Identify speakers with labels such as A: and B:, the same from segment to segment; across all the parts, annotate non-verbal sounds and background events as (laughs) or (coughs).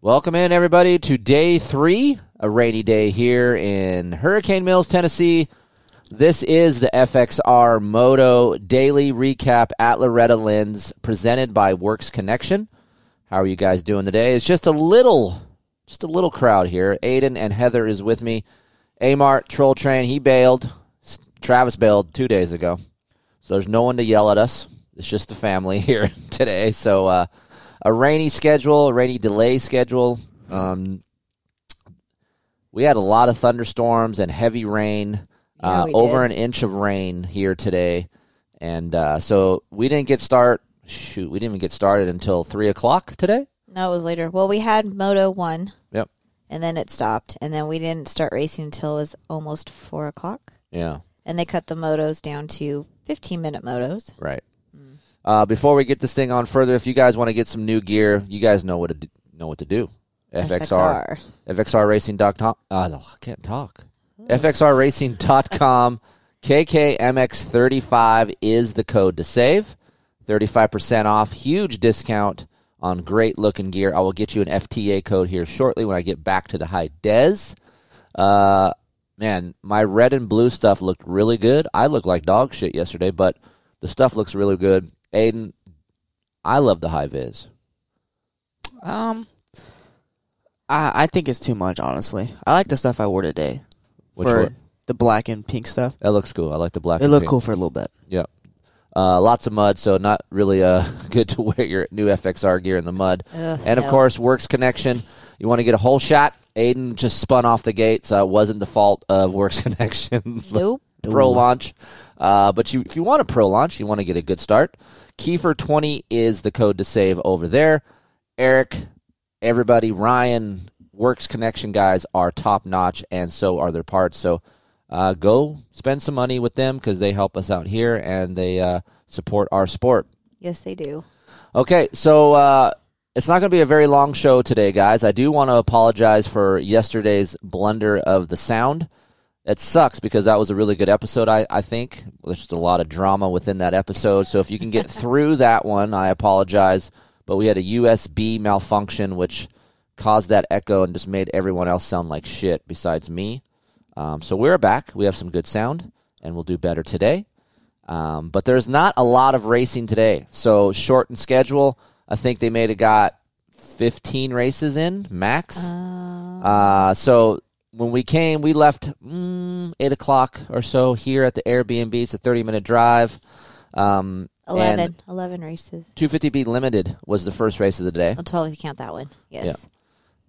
A: Welcome in, everybody, to day three, a rainy day here in Hurricane Mills, Tennessee. This is the FXR Moto Daily Recap at Loretta Lynn's, presented by Works Connection. How are you guys doing today? It's just a little, just a little crowd here. Aiden and Heather is with me. Amart, Troll Train, he bailed. S- Travis bailed two days ago. So there's no one to yell at us. It's just the family (laughs) here today. So uh, a rainy schedule, a rainy delay schedule. Um, we had a lot of thunderstorms and heavy rain,
B: Yeah,
A: uh,
B: we
A: over
B: did.
A: an inch of rain here today, and uh, so we didn't get start. Shoot, we didn't even get started until three o'clock today.
B: No, it was later. Well, we had Moto one,
A: Yep.
B: and then it stopped, and then we didn't start racing until it was almost four o'clock,
A: Yeah.
B: and they cut the motos down to fifteen minute motos.
A: Right.
B: Hmm.
A: Uh, before we get this thing on further, if you guys want to get some new gear, you guys know what to do, know what to do. FXR, FXRRacing.com. Uh, no, I can't talk. FXRRacing.com. KKMX35 is the code to save. 35% off. Huge discount on great looking gear. I will get you an FTA code here shortly when I get back to the high des. Uh, man, my red and blue stuff looked really good. I looked like dog shit yesterday, but the stuff looks really good. Aiden, I love the high vis.
C: Um, I I think it's too much, honestly. I like the stuff I wore today.
A: Which
C: for
A: one?
C: the black and pink stuff.
A: That looks cool. I like the black.
C: it
A: and
C: looked
A: pink.
C: cool for a little bit.
A: Yep. Uh, lots of mud, so not really uh, (laughs) good to wear your new FXR gear in the mud.
B: Ugh,
A: and of
B: no.
A: course, Works Connection. You want to get a whole shot. Aiden just spun off the gate, so it wasn't the fault of Works (laughs) Connection.
B: Nope.
A: pro launch. Uh, but you, if you want a pro launch, you want to get a good start. Kiefer twenty is the code to save over there. Eric, everybody, Ryan, Works Connection guys are top notch, and so are their parts. So uh, go spend some money with them because they help us out here and they uh, support our sport.
B: Yes, they do.
A: Okay, so uh, it's not going to be a very long show today, guys. I do want to apologize for yesterday's blunder of the sound. It sucks because that was a really good episode, I, I think. There's just a lot of drama within that episode. So if you can get through that one, I apologize. But we had a USB malfunction, which caused that echo and just made everyone else sound like shit besides me. Um, so we're back. We have some good sound, and we'll do better today. Um, but there's not a lot of racing today. So short and schedule. I think they may have got 15 races in
B: Uh-huh.
A: max. Uh, so when we came, we left mm, 8 o'clock or so here at the Airbnb. It's a 30 minute drive. Um, and
B: 11, 11 races.
A: 250B Limited was the first race of the day.
B: Well, twelve if you count that one. Yes.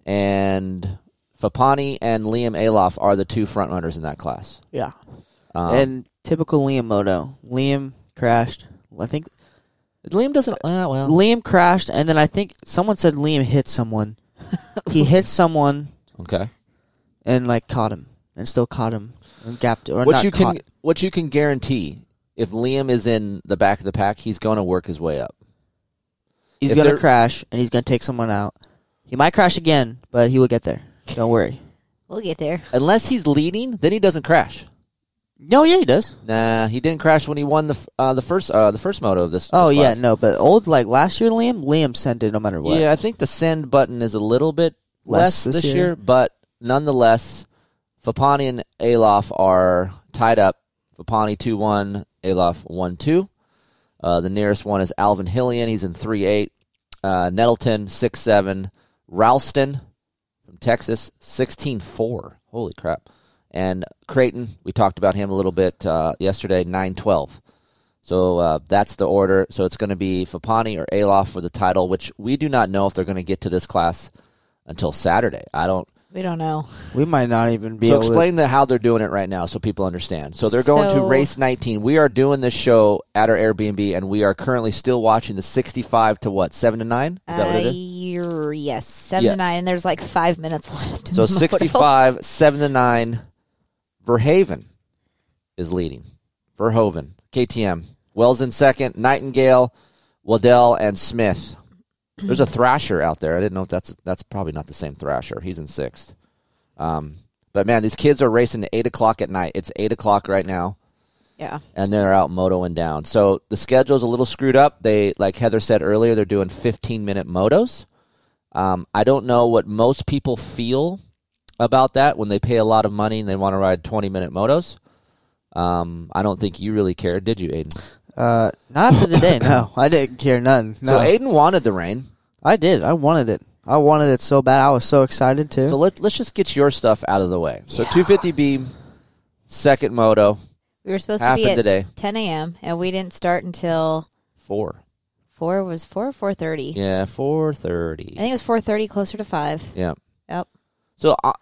A: And Fapani and Liam Aloff are the two front runners in that class.
C: Yeah.
A: Um,
C: and typical Liam Moto. Liam crashed. I think
A: Liam doesn't. Uh, well,
C: Liam crashed, and then I think someone said Liam hit
A: (laughs)
C: someone. he hit someone
A: okay.
C: and like caught him, and still caught him and gapped or
A: what
C: not
A: you
C: caught.
A: can what you can guarantee if Liam is in the back of the pack, he's going to work his way up.
C: he's
A: if
C: gonna
A: they're-
C: crash, and he's gonna take someone out. He might crash again, but he will get there.
A: (laughs)
C: Don't worry.
B: We'll get there.
A: Unless he's leading, then he doesn't crash.
C: No, yeah, he does.
A: Nah, he didn't crash when he won the f- uh, the first uh, the first moto of this.
C: Oh
A: this
C: yeah,
A: class.
C: no, but old like last year, Liam, Liam sent it no matter what.
A: yeah. I think the send button is a little bit less,
C: Less
A: this,
C: this
A: year.
C: year.
A: but nonetheless, Fapani and Alof are tied up. Fapani two one, Alof one two. Uh, the nearest one is Alvin Hillian. He's in three eight. Uh, Nettleton six seven. Ralston from Texas sixteen four. Holy crap! And Creighton, we talked about him a little bit uh, yesterday. Nine twelve. So uh, that's the order. So it's going to be Fapani or Alof for the title, which we do not know if they're going to get to this class until Saturday. I don't.
B: We don't know.
C: We might not even be
A: So
C: able to.
A: explain the, how they're doing it right now, so people understand. So they're going to
B: So-
A: race 19. We are doing this show at our Airbnb, and we are currently still watching the 65 to what seven to nine. Is that what it
B: Uh,
A: is?
B: year- yes, seven
A: Yeah.
B: to nine, and there's like five minutes left. in
A: So
B: the moto.
A: 65, 7 to 9. Verhaven is leading. Verhoven, KTM. Wells in second. Nightingale, Waddell, and Smith. There's a Thrasher out there. I didn't know if that's that's probably not the same Thrasher. He's in sixth. Um, but man, these kids are racing at 8 o'clock at night. It's 8 o'clock right now
B: Yeah.
A: and they're out motoing down. So the schedule's a little screwed up. They, like Heather said earlier, they're doing 15 minute motos. Um, I don't know what most people feel about that when they pay a lot of money and they want to ride 20 minute motos. Um, I don't think you really cared, did you, Aiden?
C: Uh, not after today.
A: (coughs)
C: No, I didn't care none. No,
A: So Aiden wanted the rain.
C: I did. I wanted it. I wanted it so bad. I was so excited too.
A: So let, let's just get your stuff out of the way. So 250 beam, second moto,
B: We were supposed to
A: happened
B: be at
A: today.
B: 10 a.m. and we didn't start until
A: Four.
B: four was four or four thirty.
A: Yeah,
B: I
A: 430.
B: think it was four thirty, closer to five.
A: Yeah.
B: Yep.
A: So I,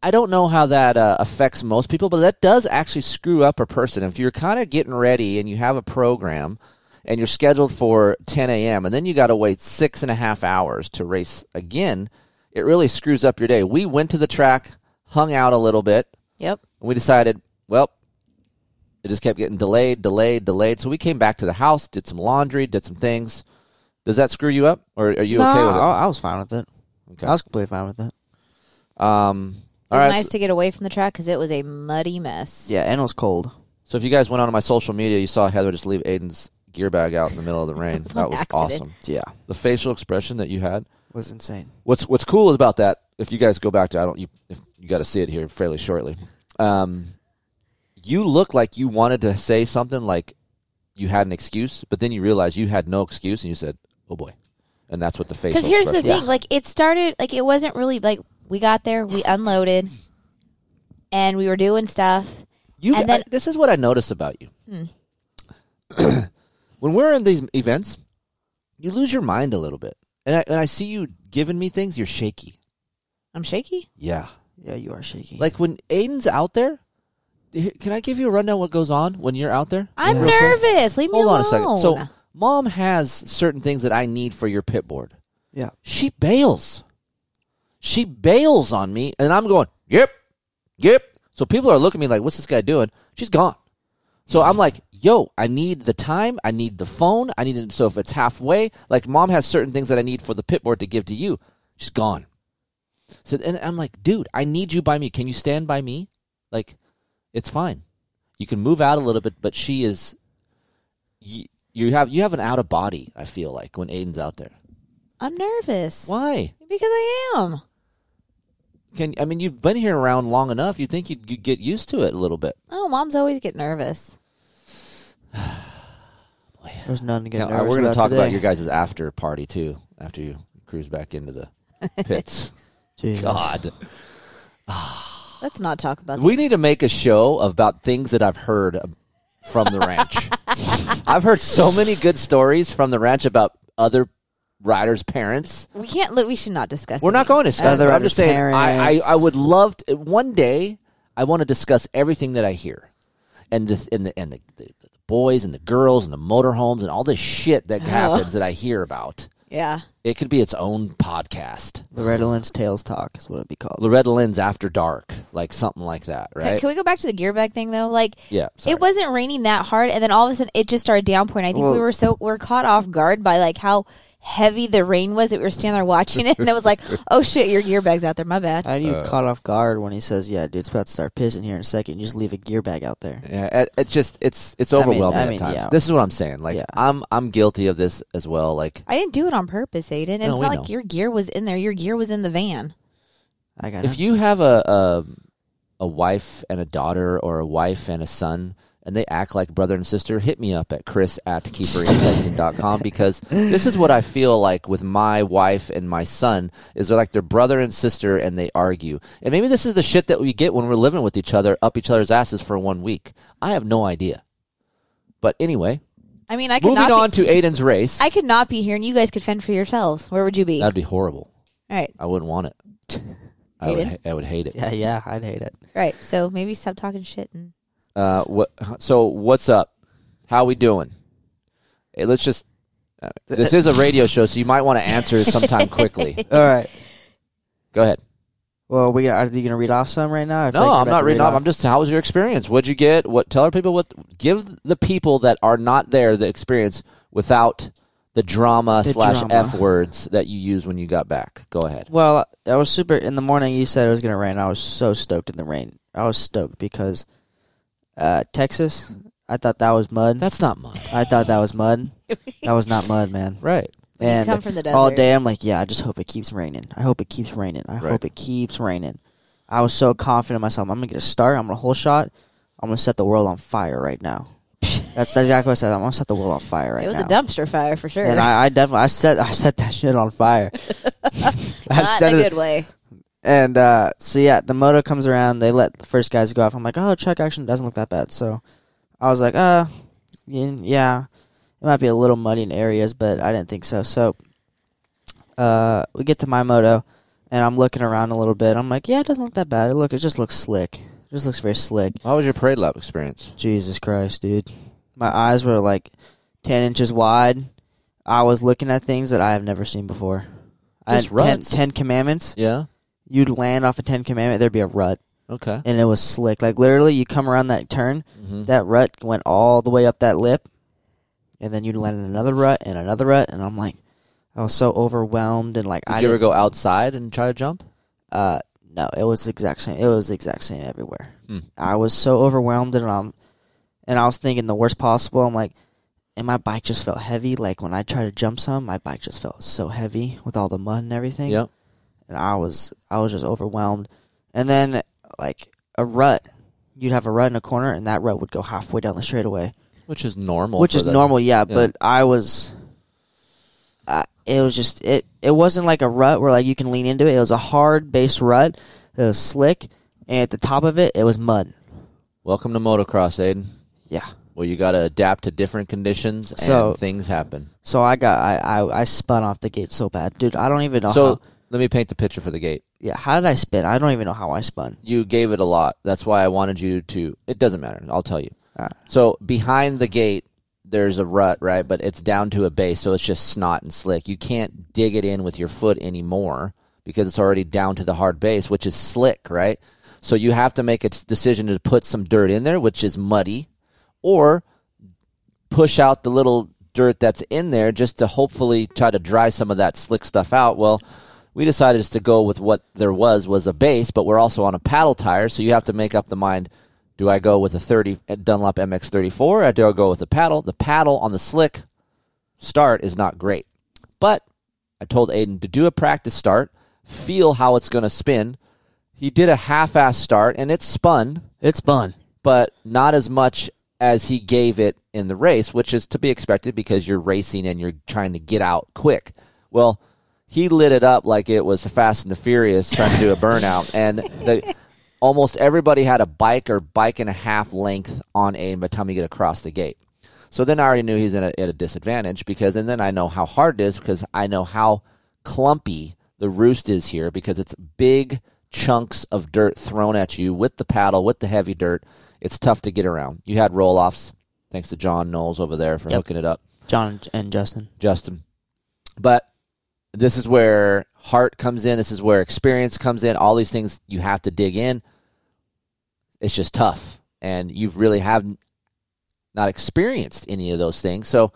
A: I don't know how that uh, affects most people, but that does actually screw up a person. If you're kind of getting ready and you have a program and you're scheduled for 10 a.m. and then you got to wait six and a half hours to race again, it really screws up your day. We went to the track, hung out a little bit,
B: Yep.
A: and we decided, well, it just kept getting delayed, delayed, delayed. So we came back to the house, did some laundry, did some things. Does that screw you up, or are you
C: No,
A: okay with it?
C: I, I was fine with it.
A: Okay.
C: I was completely fine with it.
A: Um,
B: It
A: all
B: was
A: right.
B: nice
A: so,
B: to get away from the track because it was a muddy mess.
C: Yeah, and it was cold.
A: so if you guys went onto my social media, you saw Heather just leave Aiden's gear bag out in the middle
B: (laughs)
A: of the rain. that was
B: Accident.
A: awesome.
C: Yeah,
A: The facial expression that you had.
C: it was insane.
A: What's What's cool about that? If you guys go back to, I don't. You if you got to see it here fairly shortly. Um, you look like you wanted to say something like you had an excuse, but then you realized you had no excuse, and you said, "Oh boy," and that's what the facial.
B: Because here's the
A: expression was.
B: thing, like it started, like it wasn't really like we got
A: (sighs)
B: there, we unloaded, and we were doing stuff.
A: You,
B: And
A: I-
B: then- Hmm.
A: this is what I notice about you. (clears throat) when we're in these events, you lose your mind a little bit, and I and I see you giving me things. You're shaky.
B: I'm shaky.
A: Yeah,
C: Yeah, you are shaking.
A: like when Aiden's out there. here- Can I give you a rundown what goes on when you're out there?
B: I'm
A: Real quick.
B: nervous. Leave me
A: Hold
B: alone.
A: on a second. So, mom has certain things that I need for your pit board.
C: yeah,
A: She bails. She bails on me, and I'm going, yep, yep. So people are looking at me like, what's this guy doing? She's gone. So I'm like, yo, I need the time. I need the phone. I need it. So if it's halfway, like mom has certain things that I need for the pit board to give to you. She's gone. So and I'm like, dude, I need you by me. Can you stand by me? Like, it's fine. You can move out a little bit, but she is. You, you have you have an out of body. I feel like when Aiden's out there.
B: I'm nervous
A: Why?
B: because I am.
A: Can I mean you've been here around long enough? You think you'd, you'd get used to it a little bit?
B: Oh, moms always get nervous.
C: there's nothing to get
A: Now,
C: nervous
A: we're going to
C: about
A: talk
C: today.
A: about your guys' after party too. After you cruise back into the pits,
C: Jesus.
A: God,
B: Let's not talk about that.
A: we need to make a show about things that I've heard from the ranch. I've heard so many good stories from the ranch about other riders' parents.
B: We can't. li- We should not discuss.
A: We're
B: it.
A: not going to discuss
C: Other
A: it. I'm just
C: riders'
A: saying, I, I,
C: parents.
A: I would love to, one day. I want to discuss everything that I hear, and this, and the, and the, the, the boys and the girls and the motorhomes and all this shit
C: Oh.
A: that happens that I hear about.
B: Uh, Yeah.
A: It could be its own podcast,
C: Loretta Lynn's tails talk is what it'd be called.
A: Loretta Lynn's After Dark, like something like that,
B: Can-
A: right?
B: Can we go back to the gear bag thing though? Like,
A: yeah, sorry.
B: it wasn't raining that hard, and then all of a sudden it just started downpouring. I think we
C: Well-
B: were so we are caught off guard by like how heavy the rain was that we were standing there watching it, and it was
C: (laughs)
B: like, oh shit, your gear bag's out there. My bad.
C: How do you
A: uh,
C: caught off guard when he says, "Yeah, dude, it's about to start pissing here in a second. You just leave a gear bag out there."
A: Yeah, it, it's just it's it's
C: I mean-
A: overwhelming
C: I mean,
A: at times.
C: yeah.
A: This is what I'm saying. Like
C: Yeah.
A: I'm I'm guilty of this as well. Like
B: I didn't do it on purpose, Aiden. And
A: No,
B: it's
A: we
B: not
A: know.
B: like your gear was in there. Your gear was in the van.
C: I got
A: if you have a, a a wife and a daughter or a wife and a son and they act like brother and sister hit me up at chris at
B: (laughs)
A: keeperinvesting.com because this is what i feel like with my wife and my son is they're like their brother and sister and they argue and maybe this is the shit that we get when we're living with each other up each other's asses for one week i have no idea but anyway
B: I mean, I could
A: moving
B: not.
A: on
B: Be,
A: to aiden's race
B: I could not be here, and you guys could fend for yourselves. Where would you be?
A: that'd be horrible
B: right,
A: i wouldn't want it I would,
B: Aiden?
A: ha- I would hate it
C: (laughs) yeah, yeah, I'd hate it.
B: right. So maybe stop talking shit. And
A: Uh, what? So what's up? How we doing? Hey, let's just. Uh, this is a radio show, so you might
C: (laughs)
A: want to answer sometime quickly.
C: All right.
A: Go
C: (laughs)
A: ahead.
C: Well, we are you gonna read off some right now? I feel
A: No,
C: like you're
A: I'm
C: about
A: not
C: to
A: reading
C: read
A: off. I'm just. How was your experience? What'd you get? What? Tell our people what. Give the people that are not there the experience without the drama
C: The
A: slash
C: drama.
A: f words that you use when you got back. Go ahead.
C: Well, I was super. In the morning, you said it was going to rain. I was so stoked in the rain. I was stoked because uh, Texas, I thought that was mud.
A: That's not mine.
C: I thought that was mud. that was not mud, man.
A: Right.
B: You
C: And
B: come from the desert.
C: all day I'm like, yeah, I just hope it keeps raining. I hope it keeps raining. I
A: Right.
C: hope it keeps raining. I was so confident in myself. I'm gonna get a start. I'm gonna hole shot. I'm gonna set the world on fire right now. That's, that's exactly what I said. I'm gonna set the world on fire right
B: it was
C: now.
B: a dumpster fire for sure.
C: And I, I definitely, I set, I set that shit
B: (laughs)
C: on fire. (laughs) I
B: Not
C: set
B: in a
C: it,
B: good way.
C: and uh, so yeah, the moto comes around. They let the first guys go off. I'm like, oh, check action doesn't look that bad. So I was like, uh, y- yeah, it might be a little muddy in areas, but I didn't think so. So uh, we get to my moto, and I'm looking around a little bit. I'm like, yeah, it doesn't look that bad. It look, it just looks slick. It just looks very slick.
A: How was your parade lap experience?
C: Jesus Christ, dude. My eyes were like 10 inches wide. I was looking at things that I have never seen before. I
A: Just
C: had 10,
A: ruts.
C: 10 commandments.
A: Yeah.
C: You'd land off a 10 commandment, there'd be a rut.
A: Okay.
C: And it was slick. Like literally, you come around that turn,
A: Mm-hmm.
C: that rut went all the way up that lip. And then you'd land in another rut and another rut. And I'm like, I was so overwhelmed. And like,
A: Did
C: I
A: you ever
C: didn't-
A: go outside and try to jump?
C: uh, no, it was the exact same. It was the exact same everywhere.
A: Hmm.
C: I was so overwhelmed, and um, and I was thinking the worst possible. I'm like, and my bike just felt heavy. Like when I tried to jump some, my bike just felt so heavy with all the mud and everything.
A: Yep.
C: And I was, I was just overwhelmed. And then like a rut, you'd have a rut in a corner, and that rut would go halfway down the straightaway,
A: Which is normal.
C: which
A: for
C: is
A: that.
C: normal. Yeah,
A: Yeah.
C: but I was. I it was just it. It wasn't like a rut where like you can lean into it. It was a hard base rut. It was slick, and at the top of it, it was mud.
A: Welcome to motocross, Aiden.
C: Yeah.
A: Well, you got to adapt to different conditions and
C: So-
A: things happen.
C: So I got I, I I spun off the gate so bad, dude. I don't even know.
A: So
C: how,
A: let me paint the picture for the gate.
C: yeah, how did I spin? I don't even know how I spun.
A: You gave it a lot. That's why I wanted you to. It doesn't matter. I'll tell you.
C: All right.
A: So behind the gate, there's a rut, right? But it's down to a base, so it's just snot and slick. You can't dig it in with your foot anymore because it's already down to the hard base, which is slick, right? So you have to make a t- decision to put some dirt in there, which is muddy, or push out the little dirt that's in there just to hopefully try to dry some of that slick stuff out. Well, we decided just to go with what there was was a base, but we're also on a paddle tire, so you have to make up the mind. Do I go with a 30 Dunlop MX34 or do I go with a paddle? The paddle on the slick start is not great. But I told Aiden to do a practice start, feel how it's going to spin. He did a half-ass start and it spun
C: It's fun.
A: but not as much as he gave it in the race, which is to be expected because you're racing and you're trying to get out quick. Well, he lit it up like it was Fast and the Furious trying to do a burnout, and the, almost everybody had a bike or bike and a half length on Aiden by the time you get across the gate. So then I already knew he's in a, at a disadvantage because, and then I know how hard it is because I know how clumpy the roost is here because it's big chunks of dirt thrown at you with the paddle, with the heavy dirt. It's tough to get around. You had roll offs, thanks to John Knowles over there for
C: Yep.
A: hooking it up.
C: John and Justin.
A: Justin. But this is where heart comes in. This is where experience comes in. All these things you have to dig in. It's just tough, and you really have not experienced any of those things. So,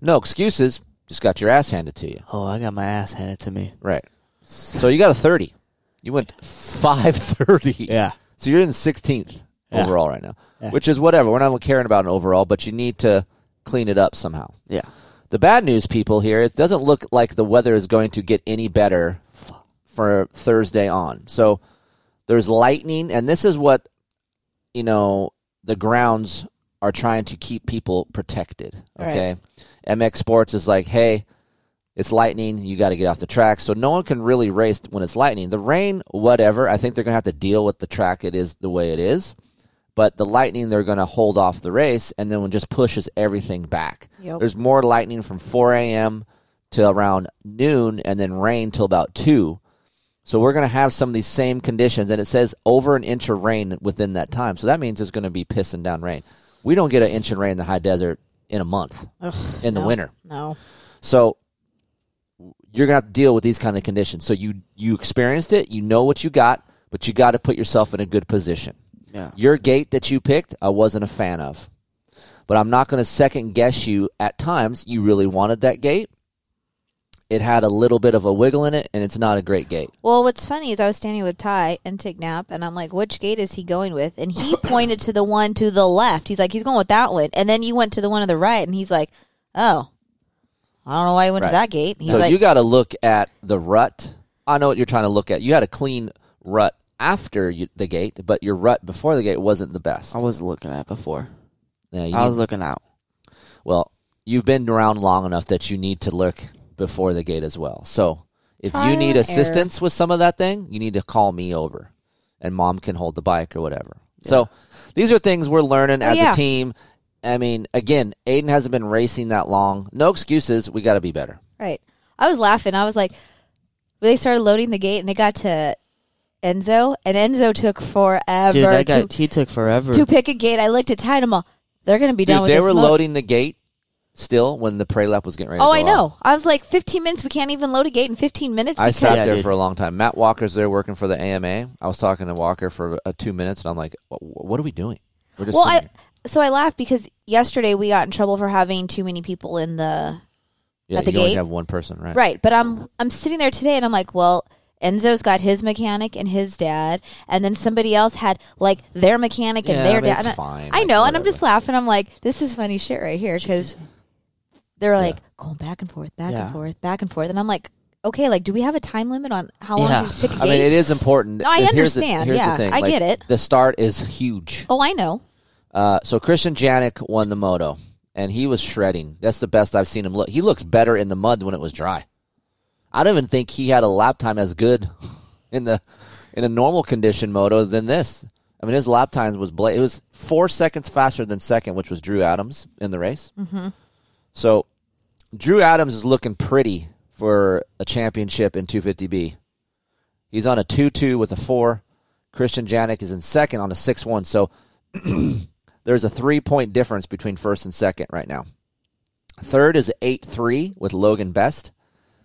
A: no excuses. Just got your ass handed to you,
C: Oh, I got my ass handed to me.
A: right? So you got a thirty. You went five thirty.
C: Yeah.
A: So you're in sixteenth
C: Yeah.
A: overall right now,
C: Yeah.
A: which is whatever. We're not caring about an overall, but you need to clean it up somehow.
C: Yeah.
A: The bad news, people, here it doesn't look like the weather is going to get any better f- for Thursday on. So there's lightning, and this is what you know the grounds are trying to keep people protected.
B: Right.
A: Okay, MX Sports is like, hey, it's lightning, you got to get off the track. So no one can really race when it's lightning. The rain, whatever. I think they're gonna have to deal with the track. It is the way it is. But the lightning, they're going to hold off the race, and then it just pushes everything back.
B: Yep.
A: There's more lightning from 4 a.m. to around noon, and then rain till about 2. So we're going to have some of these same conditions, and it says over an inch of rain within that time. So that means it's going to be pissing down rain. We don't get an inch of rain in the high desert in a month
B: Ugh,
A: in the
B: no,
A: winter.
B: No.
A: So you're gonna have to deal with these kind of conditions. So you you experienced it, you know what you got, but you got to put yourself in a good position.
C: Yeah.
A: Your gate that you picked, I wasn't a fan of, but I'm not gonna second guess you. At times, you really wanted that gate. It had a little bit of a wiggle in it, and it's not a great gate.
B: Well, what's funny is I was standing with Ty and Tignap, and I'm like, which gate is he going with? And
A: (laughs)
B: he pointed to the one to the left. He's like, he's going with that one. And then you went to the one on the right, and he's like, oh, I don't know why he went
A: Right.
B: to that gate. He's
A: so
B: like,
A: you got to look at the rut. I know what you're trying to look at. You had a clean rut after you, the gate, but your rut before the gate wasn't the best.
C: I was looking at it before.
A: Now, you
C: I
A: need-
C: was looking out.
A: well, you've been around long enough that you need to look before the gate as well. So if
B: Trial
A: you need
B: and
A: assistance with some of that thing, you need to call me over, and mom can hold the bike or whatever. So these are things we're learning as
B: Oh, yeah.
A: a team. I mean, again, Aiden hasn't been racing that long. No excuses. We got to be better.
B: right. I was laughing. I was like, they started loading the gate and it got to Enzo, and Enzo took forever
C: Dude, that guy,
B: to,
C: he took forever.
B: to pick a gate. I looked at Ty and I'm all, they're going to be done
A: Dude,
B: with
A: they
B: this
A: were
B: mo-
A: loading the gate still when the prey lap was getting ready. to
B: Oh,
A: go
B: I
A: off.
B: know. I was like, 15 minutes. We can't even load a gate in 15 minutes.
A: I
B: Because
A: sat
C: Yeah,
A: there
C: dude.
A: for a long time. Matt Walker's there working for the AMA. I was talking to Walker for uh, two minutes, and I'm like, "Wh- wh- "What are we doing?" We're just
B: well,
A: sitting
B: I so I laughed because yesterday we got in trouble for having too many people in the
A: here." yeah,
B: at the
A: you only
B: gate?
A: have one person, right?
B: Right, but I'm I'm sitting there today and I'm like, well, Enzo's got his mechanic and his dad, and then somebody else had like their mechanic and
C: Yeah,
B: their
C: but
B: dad.
A: it's
B: And I-
A: fine,
B: I
A: like,
B: know, and I'm just
A: whatever.
B: laughing. I'm like, this is funny shit right here because they're like going back and forth, back
C: Yeah.
B: and forth, back and forth, and I'm like, okay, like, do we have a time limit on how long
C: Yeah.
B: to pick a gate?
A: I mean, it is important.
B: No, I
A: And here's the-
B: understand.
A: here's the
B: Yeah,
A: thing,
B: I
A: like,
B: get it.
A: The start is huge.
B: Oh, I know.
A: Uh, so Christian Janik won the moto, and he was shredding. That's the best I've seen him look. He looks better in the mud when it was dry. I don't even think he had a lap time as good (laughs) in the in a normal condition moto than this. I mean, his lap time was bla- it was four seconds faster than second, which was Drew Adams in the race. Mm-hmm. So Drew Adams is looking pretty for a championship in 250B. He's on a 2-2 with a 4. Christian Janik is in second on a 6-1. So (clears throat) there's a three point difference between first and second right now. Third is 8 3 with Logan Best.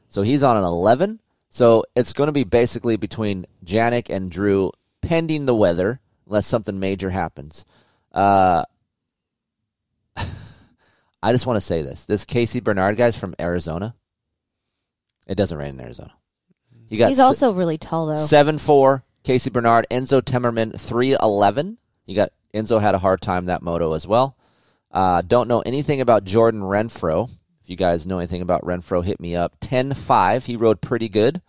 A: So he's on an 11. So it's going to be basically between Janik and Drew, pending the weather, unless something major happens. Uh, (laughs) I just want to say this. This Casey Bernard guy's from Arizona. It doesn't rain in Arizona. He got
B: He's
A: s-
B: also really tall though.
A: Seven four. Casey Bernard, Enzo Timmerman, three eleven. You got Enzo had a hard time that moto as well. Uh, don't know anything about Jordan Renfro. If you guys know anything about Renfro, hit me up. 10-5. He rode pretty good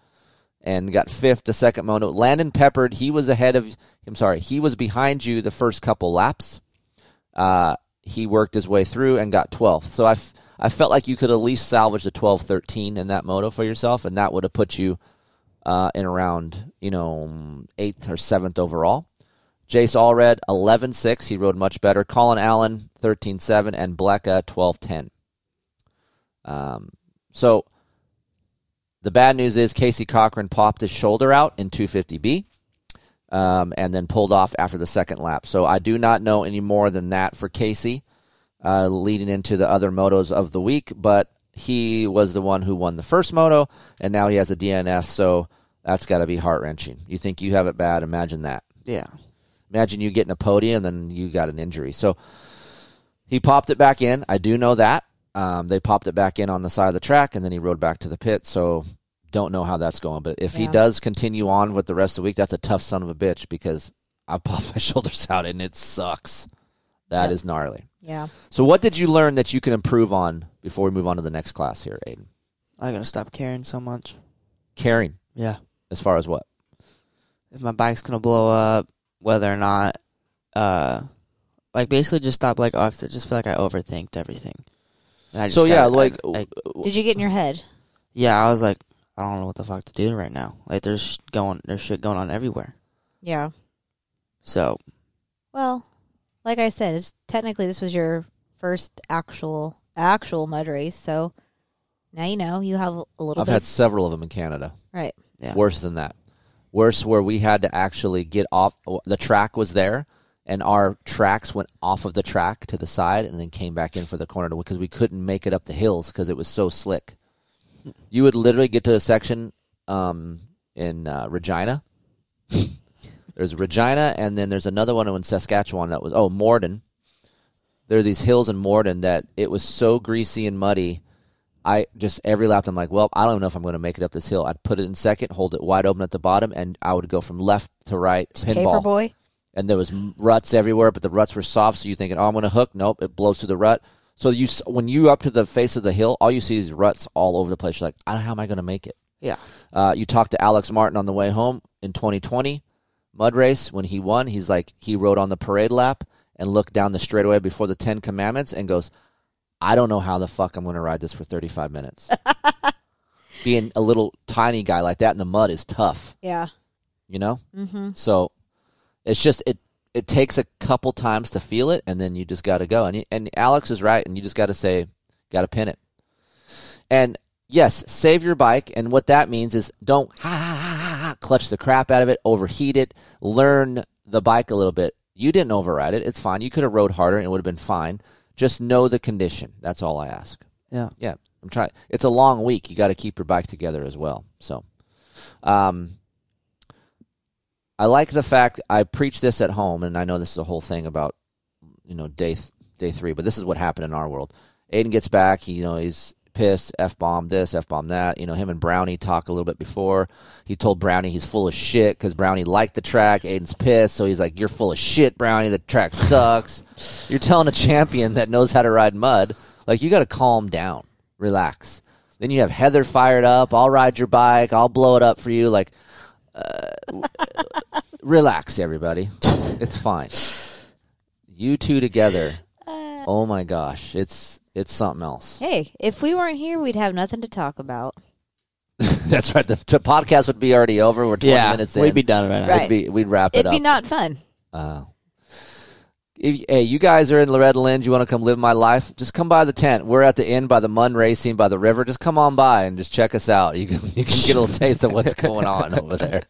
A: and got fifth the second moto. Landon Peppard, he was ahead of. I'm sorry, he was behind you the first couple laps. Uh, he worked his way through and got 12th. So I, f- I felt like you could at least salvage the 12, 13 in that moto for yourself, and that would have put you uh, in around you know mm, eighth or seventh overall. Jace Allred 11-6. He rode much better. Colin Allen 13-7 and Blecka 12-10. Um, so the bad news is Casey Cochran popped his shoulder out in 250B um, and then pulled off after the second lap. So I do not know any more than that for Casey uh, leading into the other motos of the week, but he was the one who won the first moto, and now he has a DNF, so that's got to be heart wrenching. You think you have it bad? Imagine that.
C: yeah.
A: Imagine you getting a podium and you got an injury. So he popped it back in. I do know that. Um, they popped it back in on the side of the track and then he rode back to the pit. So don't know how that's going. But if he
B: Yeah.
A: does continue on with the rest of the week, that's a tough son of a bitch because I (laughs) popped my shoulders out and it sucks. That is gnarly.
B: yeah.
A: So what did you learn that you can improve on before we move on to the next class here, Aiden?
C: I gotta stop caring so much.
A: Caring
C: Yeah.
A: as far as what?
C: If my bike's gonna blow up, whether or not, uh, like basically just stop. Like, oh, I feel- just feel like I overthinked everything. And I just
A: So yeah,
C: gotta-
A: like
C: I- I-
B: Did you get in your head?
C: yeah, I was like, I don't know what the fuck to do right now. Like, there's going, there's shit going on everywhere.
B: Yeah.
C: So
B: Well, like I said, it's technically this was your first actual actual mud race, so now you know you have a little
A: I've
B: bit.
A: had several of them in Canada.
B: right.
C: Yeah.
A: worse than that. Worse where we had to actually get off. The track was there, and our tracks went off of the track to the side, and then came back in for the corner because we couldn't make it up the hills because it was so slick. You would literally get to a section um, in uh, Regina. (laughs) there's Regina, and then there's another one in Saskatchewan that was oh Morden. There are these hills in Morden that it was so greasy and muddy. I just every lap I'm like, well, I don't even know if I'm going to make it up this hill. I'd put it in second, hold it wide open at the bottom, and I would go from left to right
B: Paper
A: pinball.
B: boy.
A: And there was m- ruts everywhere, but the ruts were soft, so you thinking, oh, I'm going to hook. Nope, it blows through the rut. So you s- when you up to the face of the hill, all you see is ruts all over the place. You're like, "I- how am I going to make it?
C: Yeah.
A: Uh, you talked to Alex Martin on the way home in 2020 mud race when he won. He's like he rode on the parade lap and looked down the straightaway before the Ten Commandments and goes, "I don't know how the fuck I'm going to ride this for 35 minutes." Being a little tiny guy like that in the mud is tough,
B: Yeah.
A: you know.
B: Mm-hmm.
A: So it's just it it takes a couple times to feel it, and then you just got to go. And he, and Alex is right, and you just got to say, got to pin it. And yes, save your bike, and what that means is don't ha, ha, ha, ha, ha, clutch the crap out of it, overheat it, learn the bike a little bit. You didn't override it; it's fine. You could have rode harder, and it would have been fine. Just know the condition. That's all I ask.
C: Yeah.
A: Yeah, I'm trying. It's a long week. You got to keep your bike together as well. So, um, I like the fact I preach this at home, and I know this is a whole thing about you know day th- day three, but this is what happened in our world. Aiden gets back. He, you know, he's pissed. F bomb this. F bomb that. You know, him and Brownie talk a little bit before. He told Brownie he's full of shit because Brownie liked the track. Aiden's pissed, so he's like, "You're full of shit, Brownie. The track sucks. You're telling a champion that knows how to ride mud." Like you got to calm down, relax. Then you have Heather fired up. I'll ride your bike. I'll blow it up for you. Like, uh, w- relax, everybody. It's fine. You two together. Oh my gosh, it's it's something else. (laughs)
B: Hey, if we weren't here, we'd have nothing to talk about.
A: That's right. The, the podcast would be already over. We're twenty
C: yeah,
A: minutes in.
C: we'd be done right now.
B: Right.
A: It'd be- we'd wrap it
B: It'd
A: up.
B: be not fun.
A: Uh, if, hey, you guys are in Loretta Lynn's. You want to come live my life? Just come by the tent. We're at the inn by the Mun Racing by the river. Just come on by and just check us out. You can, you can get a little taste of what's going on over there.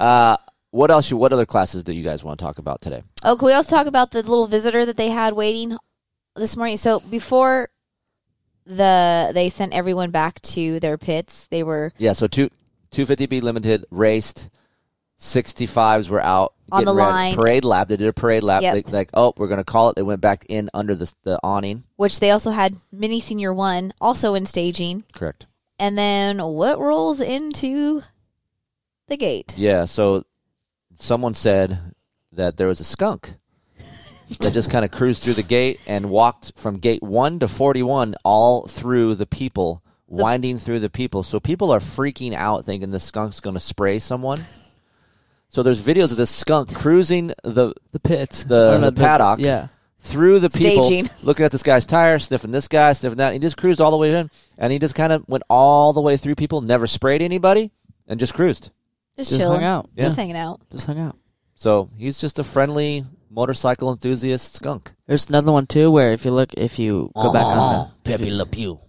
A: uh, what else? You, what other classes do you guys want to talk about today?
B: Oh, can we also talk about the little visitor that they had waiting this morning? So before the they sent everyone back to their pits, they were
A: Yeah, so two two fifty B limited raced. Sixty fives were out
B: On the
A: getting ready.
B: line.
A: Parade lap. They did a parade lap.
B: Yep.
A: They, like, oh, we're gonna call it. They went back in under the the awning.
B: which they also had mini senior one also in staging,
A: Correct.
B: and then what rolls into the gate?
A: Yeah, so someone said that there was a
B: (laughs)
A: skunk that just kind of cruised through the gate and walked from gate 1 to 41 all through the people, winding through the people. So people are freaking out thinking the skunk's going to spray someone. So there's videos of this skunk cruising the
C: The pits,
A: The-
C: Or not
A: the paddock.
C: Yeah,
A: through the people,
B: Staging. (laughs)
A: looking at this guy's tire, sniffing this guy, sniffing that. He just cruised all the way in, and he just kind of went all the way through people, never sprayed anybody, and just cruised.
B: Just,
C: just
B: chilling,
C: hung out.
A: Yeah.
B: just hanging out.
C: Just hung out.
A: So he's just a friendly motorcycle enthusiast skunk.
C: There's another one too where if you look, if you go back on, the, if,
A: Uh-huh. Pepe
C: you,
A: Le Pew.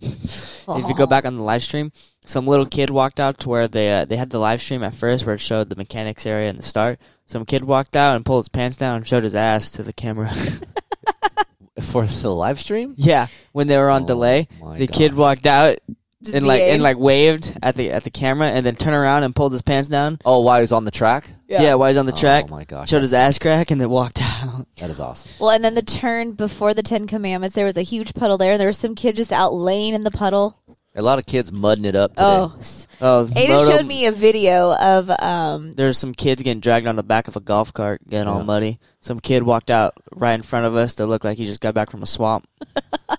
C: if you
B: Uh-huh.
C: go back on the live stream, some little kid walked out to where they uh, they had the live stream at first where it showed the mechanics area in the start. Some kid walked out and pulled his pants down and showed his ass to the camera.
A: For the live stream?
C: yeah, when they were on
A: Oh
C: delay,
A: my
C: the kid
A: gosh.
C: walked out
B: Just
C: and like
B: BA.
C: and like waved at the at the camera and then turned around and pulled his pants down.
A: Oh, while he's on the track?
C: Yeah, while he's on the track,
A: Oh my gosh.
C: showed his ass crack and then
A: (laughs)
C: walked out.
A: That is awesome.
B: Well, and then the turn before the Ten Commandments, there was a huge puddle there. and There was some kid just out laying in the puddle.
A: A lot of kids mudding it up today.
B: Oh, s-
C: Oh,
B: Aiden
C: moto-
B: showed me a video of um, (laughs)
C: There's some kids getting dragged on the back of a golf cart, getting all
A: Yeah.
C: muddy. Some kid walked out right in front of us that looked like he just got back from a (laughs) swamp.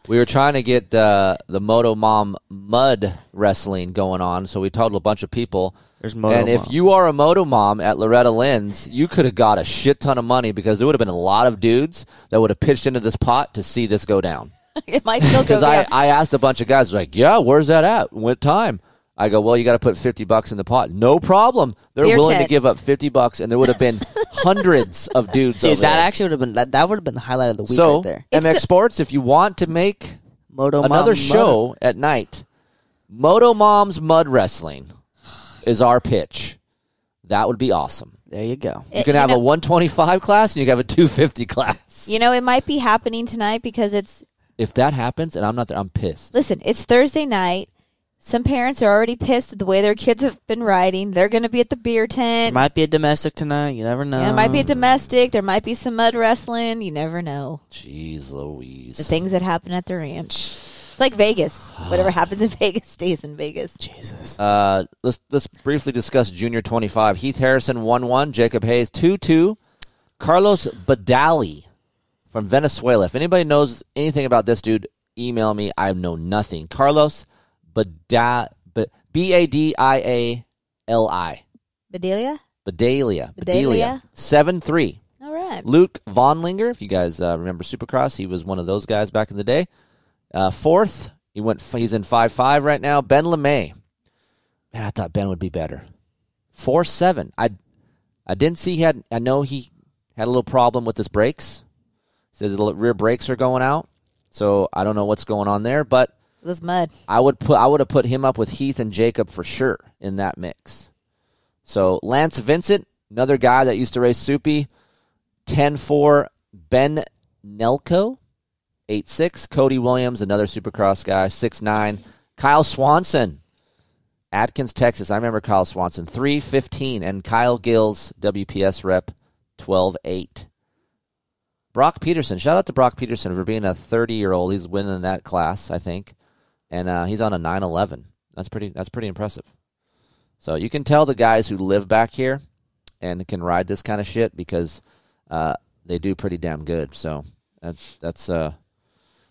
A: We were trying to get uh, the Moto Mom mud wrestling going on, so we told a bunch of people.
C: There's moto.
A: and if
C: mom.
A: you are a Moto Mom at Loretta Lynn's, you could have got a shit ton of money because there would have been a lot of dudes that would have pitched into this pot to see this go down.
B: it might still go
C: (laughs)
A: Because I,
B: down.
A: I asked a bunch of guys, like, yeah, where's that at? What time? I go, well, you got to put 50 bucks in the pot. No problem. They're
B: Beer
A: willing
B: tent.
A: to give up 50 bucks, and there would have
C: (laughs)
A: been hundreds of dudes
C: Dude,
A: over
C: that
A: there.
C: actually would have been that, that would have been the highlight of the week
A: so,
C: right there.
B: It's
A: MX
B: a-
A: Sports, if you want to make
C: Moto Mom
A: another
C: Moto.
A: show at night, Moto Mom's Mud Wrestling is our pitch. That would be awesome.
C: There you go.
A: You can have a 125 class and you can have a 250 class.
B: You know, it might be happening tonight because it's
A: If that happens and I'm not there, I'm pissed.
B: listen, it's Thursday night. Some parents are already pissed at the way their kids have been riding. They're going to be at the beer
C: It
B: tent.
C: might be a domestic tonight. You never know.
B: Yeah, it might be a domestic. There might be some mud wrestling. You never know.
A: Jeez
B: The
A: Louise.
B: things that happen at the ranch. It's like Vegas. Whatever happens in (laughs) Vegas stays in Vegas.
C: Jesus.
A: Uh, let's let's briefly discuss junior 25. Heath Harrison 1-1, Jacob Hayes 2-2, Carlos Badali from Venezuela. If anybody knows anything about this dude, email me. I know nothing. Carlos Bada, B A D I A L I.
B: Bedelia?
A: Bedalia.
B: Bedalia.
A: 7 3.
B: All right.
A: Luke Vonlinger, if you guys uh, remember Supercross, he was one of those guys back in the day. Uh, fourth, he went. f- He's in five five right now. Ben Lemay, man, I thought Ben would be better. Four seven. I I didn't see he had. I know he had a little problem with his brakes. Says the rear brakes are going out, so I don't know what's going on there. But
B: It was mud.
A: I would put I would have put him up with Heath and Jacob for sure in that mix. So Lance Vincent, another guy that used to race Soupy, 10-4, Ben Nelko, 8-6, Cody Williams, another Supercross guy, 6-9, Kyle Swanson, Atkins, Texas. I remember Kyle Swanson, 3-15, and Kyle Gills, WPS rep, 12-8. Brock Peterson. Shout out to Brock Peterson for being a 30 year old. He's winning that class, I think, and uh, he's on a 911. That's pretty. That's pretty impressive. So you can tell the guys who live back here and can ride this kind of shit because uh, they do pretty damn good. So that's that's uh,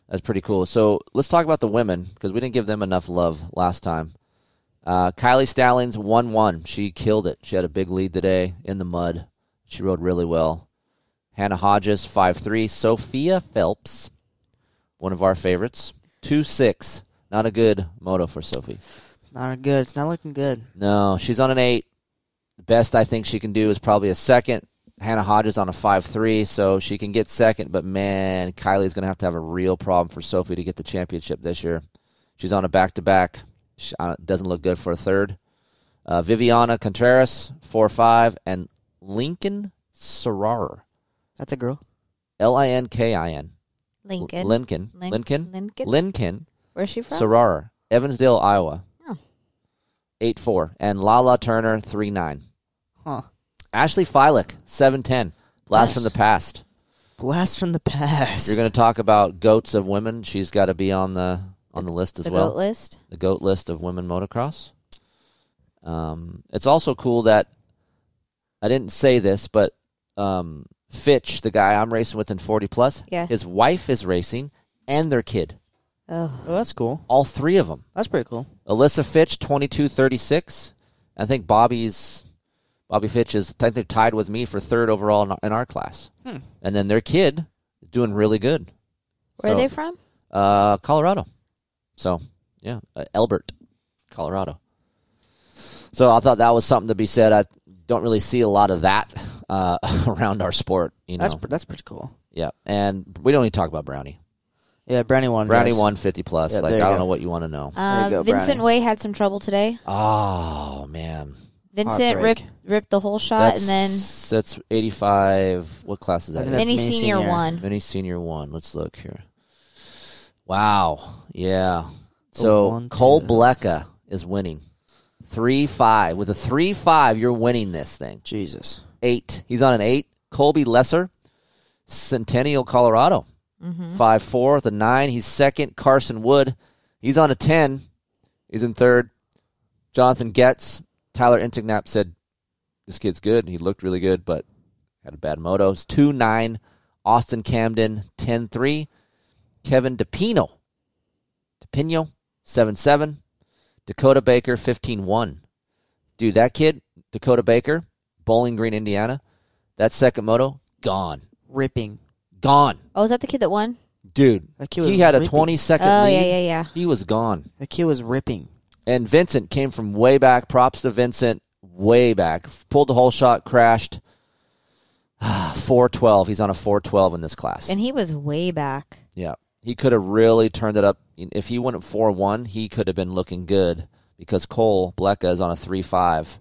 A: that's pretty cool. So let's talk about the women because we didn't give them enough love last time. Uh, Kylie Stallings won one. She killed it. She had a big lead today in the mud. She rode really well. Hannah Hodges, five three. Sophia Phelps, one of our favorites, two six. Not a good moto for Sophie.
C: Not good. It's not looking good.
A: No, she's on an eight. The best I think she can do is probably a second. Hannah Hodges on a five three, so she can get second. But man, Kylie's going to have to have a real problem for Sophie to get the championship this year. She's on a back to back. Doesn't look good for a third. Uh, Viviana Contreras four five and Lincoln Serrar
C: That's a girl.
A: L I N K I N
B: Lincoln.
A: Lincoln.
B: Lin-
A: Lincoln.
B: Lincoln.
A: Lincoln.
B: Where's she from?
A: Sarara. Evansdale, Iowa.
B: Oh.
A: 8 4. And Lala Turner, 3 9.
C: Huh.
A: Ashley Filick, 7 10. Blast
C: Nice.
A: from the past.
C: Blast from the past.
A: You're going to talk about goats of women. She's got to be on the on the list as
B: the
A: well.
B: goat list.
A: The goat list of women motocross. Um, it's also cool that I didn't say this, but um, Fitch, the guy I'm racing with in 40 plus,
B: Yeah.
A: his wife is racing and their kid.
B: Oh,
C: Oh, that's cool.
A: All three of them.
C: That's pretty cool.
A: Alyssa Fitch, twenty two thirty six. I think Bobby's Bobby Fitch is I think they're tied with me for third overall in our, in our class.
C: Hmm.
A: And then their kid is doing really good.
B: where
A: So,
B: are they from?
A: Uh, Colorado. So yeah, uh, Elbert, Colorado. So I thought that was something to be said. I don't really see a lot of that uh, (laughs) around our sport. You know,
C: That's pr- that's pretty cool.
A: yeah. And we don't need to talk about Brownie.
C: Yeah, Brownie won.
A: Brownie
C: guys.
A: won fifty plus.
C: Yeah,
A: like I
C: there you
A: don't
C: go.
A: know what you want to know.
C: There you
B: Um,
C: go,
B: Vincent
C: Brownie.
B: Way had some trouble today.
A: Oh man.
B: Vincent
C: Heartbreak.
B: ripped ripped the whole shot, and then
A: That's- that's 85 what class is that
C: I
A: in?
C: think
B: mini
C: mini
B: senior,
C: senior.
B: one.
A: mini senior one let's look here wow yeah so
C: one,
A: cole
C: two.
A: blecka is winning 3-5 with a 3-5 you're winning this thing
C: Jesus.
A: eight he's on an eight colby lesser centennial colorado five four with a nine he's second carson wood he's on a 10 he's in third jonathan gets tyler intignap said this kid's good. He looked really good, but had a bad moto. It's 2 9. Austin Camden, 10 3. Kevin DePino, DePino, 7 7. Dakota Baker, 15 1. Dude, that kid, Dakota Baker, Bowling Green, Indiana, that second moto, gone.
C: Ripping.
A: Gone.
B: Oh, is that the kid that won?
A: Dude,
C: That kid was
A: he had a
C: ripping.
A: 20 second
B: oh
A: lead.
B: yeah, yeah, yeah.
A: He was gone.
C: The kid was
A: (laughs)
C: ripping.
A: And Vincent came from way back. Props to Vincent, way back. Pulled the whole shot, crashed. (sighs) 412. He's on a 412 in this class.
B: And he was way back.
A: yeah. He could have really turned it up. If he went at 4 1, he could have been looking good because Cole Blecka is on a 3 5.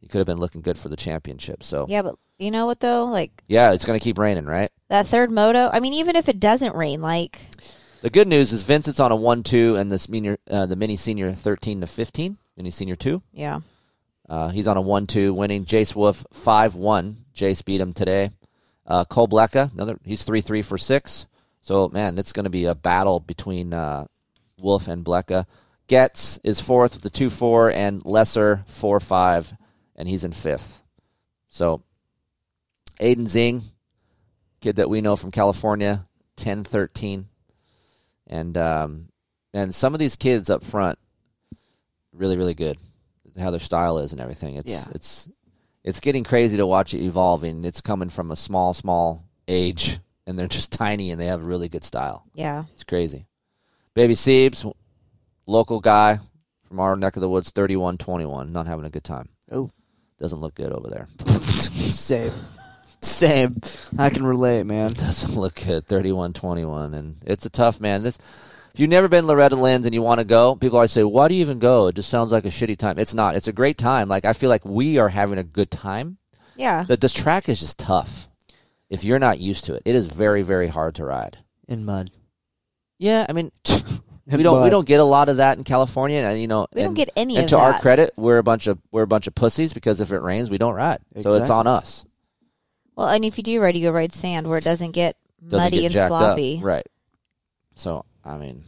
A: He could have been looking good for the championship. So, yeah,
B: Yeah, but you know what though? Like
A: it's going to keep raining, right?
B: that third moto. I mean, even if it doesn't rain, like
A: The good news is Vincent's on a 1 2 and this senior, uh, the mini senior 13 to 15, mini senior 2.
B: yeah,
A: Uh, he's on a 1 2 winning. Jace Wolf 5 1. Jace beat him today. Uh, Cole Blecka, another, he's 3 3 for 6. So, man, it's going to be a battle between uh, Wolf and Blecka. Getz is fourth with the 2 4 and Lesser 4 5, and he's in fifth. So, Aiden Zing, kid that we know from California, 10, 13. And, um, and some of these kids up front, really, really good. How their style is and everything. It's,
C: Yeah.
A: it's, it's getting crazy to watch it evolving. It's coming from a small, small age, and they're just (laughs) tiny and they have really good style.
B: Yeah.
A: It's crazy. Baby Siebes, local guy from our neck of the woods, 3121, not having a good time.
C: Oh.
A: Doesn't look good over there. (laughs)
C: Same. Same. I can relate, man.
A: Doesn't look good. 3121. And it's a tough man. This, if you've never been to Loretta Lynn's and you want to go, people always say, Why do you even go? It just sounds like a shitty time. It's not. It's a great time. Like, I feel like we are having a good time.
B: Yeah.
A: But this track is just tough if you're not used to it. It is very, very hard to ride.
C: In mud.
A: Yeah, I mean,
C: In
A: we don't we
C: mud.
A: don't get a lot of that in California, and you know,
B: We
A: and-
B: don't get any
A: and
B: of
A: to
B: that.
A: our credit, we're a bunch of we're a bunch of pussies because if it rains, we don't ride. So it's
C: Exactly.
A: on us.
B: well, and if you do ride, you go ride sand where it doesn't get
A: Doesn't
B: muddy
A: get
B: and
A: jacked up.
B: sloppy.
A: right? So I mean,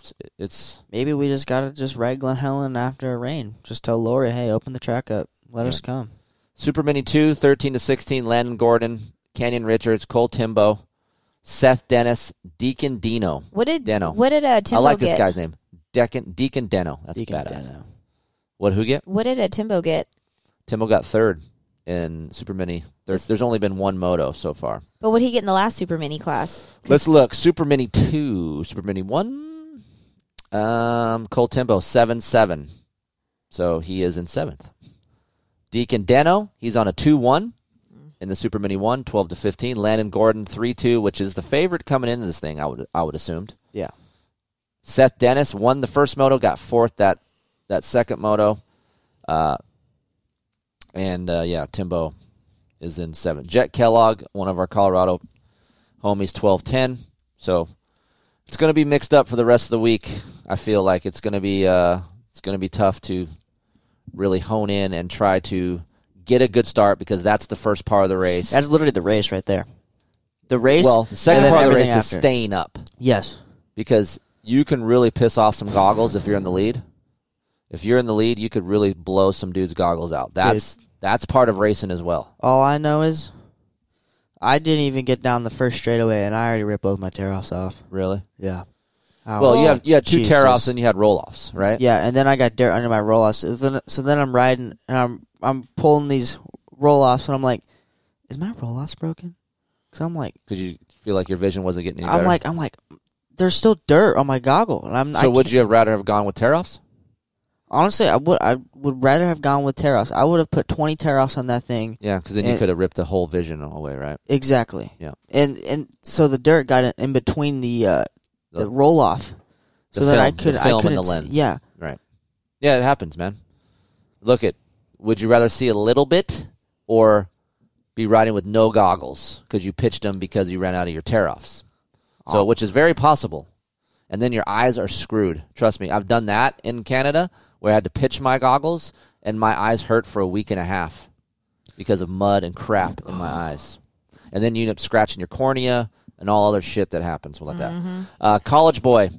A: it's- it's
C: Maybe we just gotta just ride Glen Helen after a rain. Just tell Lori, hey, open the track up. Let
A: Yeah.
C: us come.
A: Super Mini 2, 13 to sixteen. Landon Gordon, Canyon Richards, Cole Timbo, Seth Dennis, Deacon Dino.
B: What did
A: Deno.
B: what did a Timbo
A: I like this
B: get?
A: guy's name, Deacon Deacon Deno. That's
C: You can
A: badass.
C: do that.
A: What who get?
B: What did a Timbo get?
A: Timbo got third in Super Mini. There's, there's only been one moto so far.
B: But what did he get in the last super mini class?
A: Let's look. Super Mini two, Super Mini one. Um, Cole Timbo seven seven, so he is in seventh. Deacon Deno, he's on a two one in the Super Mini one, 12 to fifteen. Landon Gordon three two, which is the favorite coming into this thing. I would I would assumed.
C: Yeah.
A: Seth Dennis won the first moto, got fourth that that second moto, uh, and uh, yeah, Timbo is in seventh. Jet Kellogg, one of our Colorado homies, twelve ten. So it's going to be mixed up for the rest of the week. I feel like it's going to be uh, it's going to be tough to really hone in and try to get a good start because that's the first part of the race.
C: That's literally the race right there. The race
A: well, the second
C: and then
A: part of the race
C: everything
A: is
C: after.
A: staying up
C: Yes.
A: because you can really piss off some goggles if you're in the lead. If you're in the lead, you could really blow some dudes' goggles out. That's that's part of racing as well.
C: All I know is I didn't even get down the first straightaway and I already ripped both my tear offs off.
A: Really?
C: Yeah. I
A: well,
C: was-
A: you have you had two
C: Jesus.
A: tear offs and you had roll offs, right?
C: Yeah, and then I got dirt under my roll offs. So then, so then I'm riding and I'm I'm pulling these roll offs and I'm like, is my roll offs broken? Because I'm like,
A: Because you feel like your vision wasn't getting any better.
C: I'm like, I'm like, there's still dirt on my goggle, and I'm.
A: so would you have rather have gone with tear offs?
C: Honestly, I would. I would rather have gone with tear offs. I would have put 20 tear offs on that thing
A: Yeah, because then you
C: And-
A: could have ripped the whole vision away, right?
C: exactly.
A: Yeah.
C: And and so the dirt got in, in between the uh, the,
A: The-
C: roll off,
A: The
C: so that I
A: film- the
C: could
A: film
C: I
A: and
C: couldn't.
A: the
C: s-
A: lens.
C: Yeah.
A: Yeah, it happens, man. Look at. Would you rather see a little bit or be riding with no goggles because you pitched them because you ran out of your tear offs? So, which is very possible. And then your eyes are screwed. Trust me, I've done that in Canada where I had to pitch my goggles and my eyes hurt for a week and a half because of mud and crap in my eyes. And then you end up scratching your cornea and all other shit that happens like that. Uh, college boy,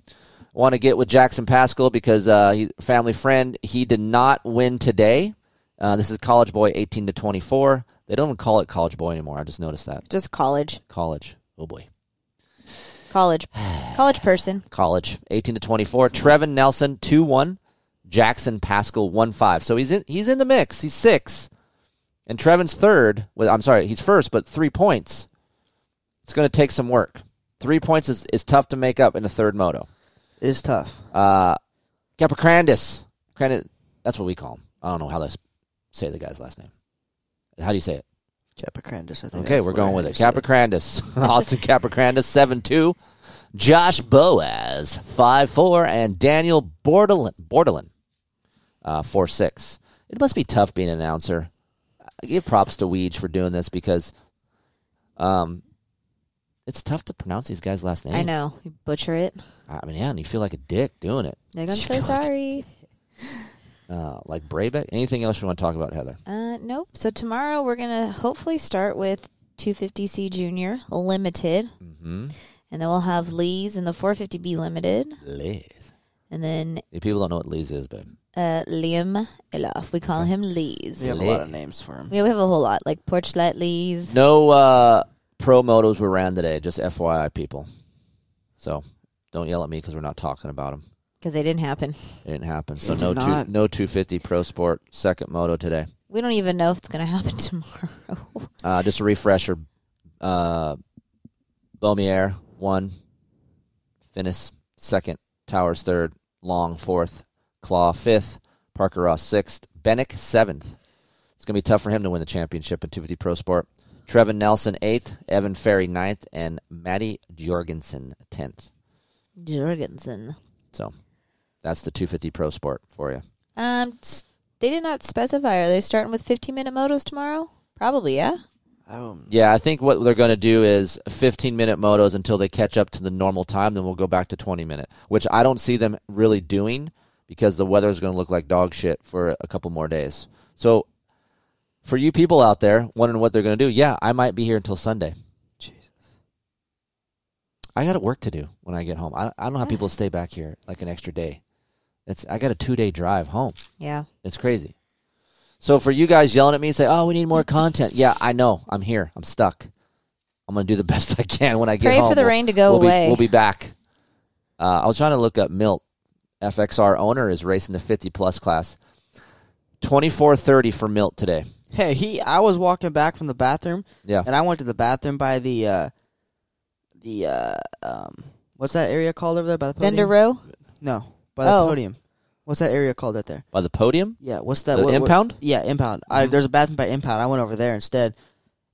A: want to get with Jackson Pascal because uh, he family friend. He did not win today. Uh, this is college boy, eighteen to twenty four. They don't even call it college boy anymore. I just noticed that
B: Just college,
A: college. Oh boy. (sighs)
B: college, college person.
A: college, 18 to 24. Trevin Nelson, 2 1. Jackson Pascal, 1 5. So he's in, he's in the mix. He's six. And Trevin's third. Well, I'm sorry, he's first, but three points. It's going to take some work. Three points is, is tough to make up in a third moto.
C: It's tough.
A: Uh, Capricrandis. Crandis, that's what we call him. I don't know how to s- say the guy's last name. How do you say it?
C: Capricrandus, I think.
A: Okay,
C: that's
A: we're
C: the
A: going
C: way
A: with
C: I
A: it.
C: say
A: Capricrandis, (laughs) Austin Capricrandis, seven two, Josh Boaz, five four, and Daniel Bordelin, Bordelin, uh, four six. It must be tough being an announcer. I give props to Weege for doing this because, um, it's tough to pronounce these guys' last names.
B: I know you butcher it.
A: I mean, yeah, and you feel like a dick doing it.
B: Like,
A: (laughs)
B: I'm
A: You
B: so
A: feel like-
B: sorry.
A: Uh, like Brabeck. Anything else you want to talk about, Heather?
B: Uh, nope. So tomorrow we're gonna hopefully start with 250C Junior Limited,
A: Mm-hmm.
B: and then we'll have Lee's in the 450B Limited,
A: Liz.
B: and then
A: People don't know what Liz is, babe.
B: uh, Liam Elof. We call him Lee's.
C: it. We have a lot of names for him.
B: We we have a whole lot like Porchlet Lee's.
A: No, uh, pro motos we ran today. Just FYI, people. So don't yell at me because we're not talking about them.
B: because they didn't happen.
A: It didn't happen. So
C: It
A: no
C: did
A: two,
C: not.
A: no 250 Pro Sport second moto today.
B: We don't even know if it's going to (laughs) happen tomorrow.
A: Uh, just a refresher. Uh, Beaumier one, Finnis second, Towers third, Long fourth, Claw fifth, Parker Ross sixth, Bennick seventh. It's gonna be tough for him to win the championship in 250 Pro Sport. Trevin Nelson eighth, Evan Ferry ninth, and Maddie Jorgensen tenth.
B: Jorgensen.
A: So that's the 250 Pro Sport for you.
B: Um, s- they did not specify. Are they starting with 15 minute motos tomorrow? Probably, yeah.
C: Oh,
A: Yeah, I think what they're going to do is 15 minute motos until they catch up to the normal time. Then we'll go back to 20 minute, which I don't see them really doing because the weather is going to look like dog shit for a couple more days. So, for you people out there wondering what they're going to do, yeah, I might be here until Sunday.
C: Jesus.
A: I got work to do when I get home. I, I don't know how people stay back here like an extra day. It's I got a two day drive home.
B: Yeah.
A: It's crazy. So for you guys yelling at me and say, "Oh, we need more content." Yeah, I know. I'm here. I'm stuck. I'm gonna do the (laughs) best I can when I get
B: Pray
A: home.
B: for the
A: We'll-
B: rain to go
A: we'll
B: away.
A: Be, we'll be back. Uh, I was trying to look up Milt. FXR owner is racing the 50 plus class. 24:30 for Milt today.
C: Hey, he. I was walking back from the bathroom,
A: Yeah,
C: and I went to the bathroom by the, uh, the, uh, um, what's that area called over there by the podium?
B: Vendor row?
C: No, by the
B: Oh.
C: podium. What's that area called out there?
A: by the podium,
C: Yeah, what's that?
A: the
C: what- what-
A: impound.
C: Yeah, impound.
A: Mm-hmm.
C: I, there's a bathroom by impound. I went over there instead,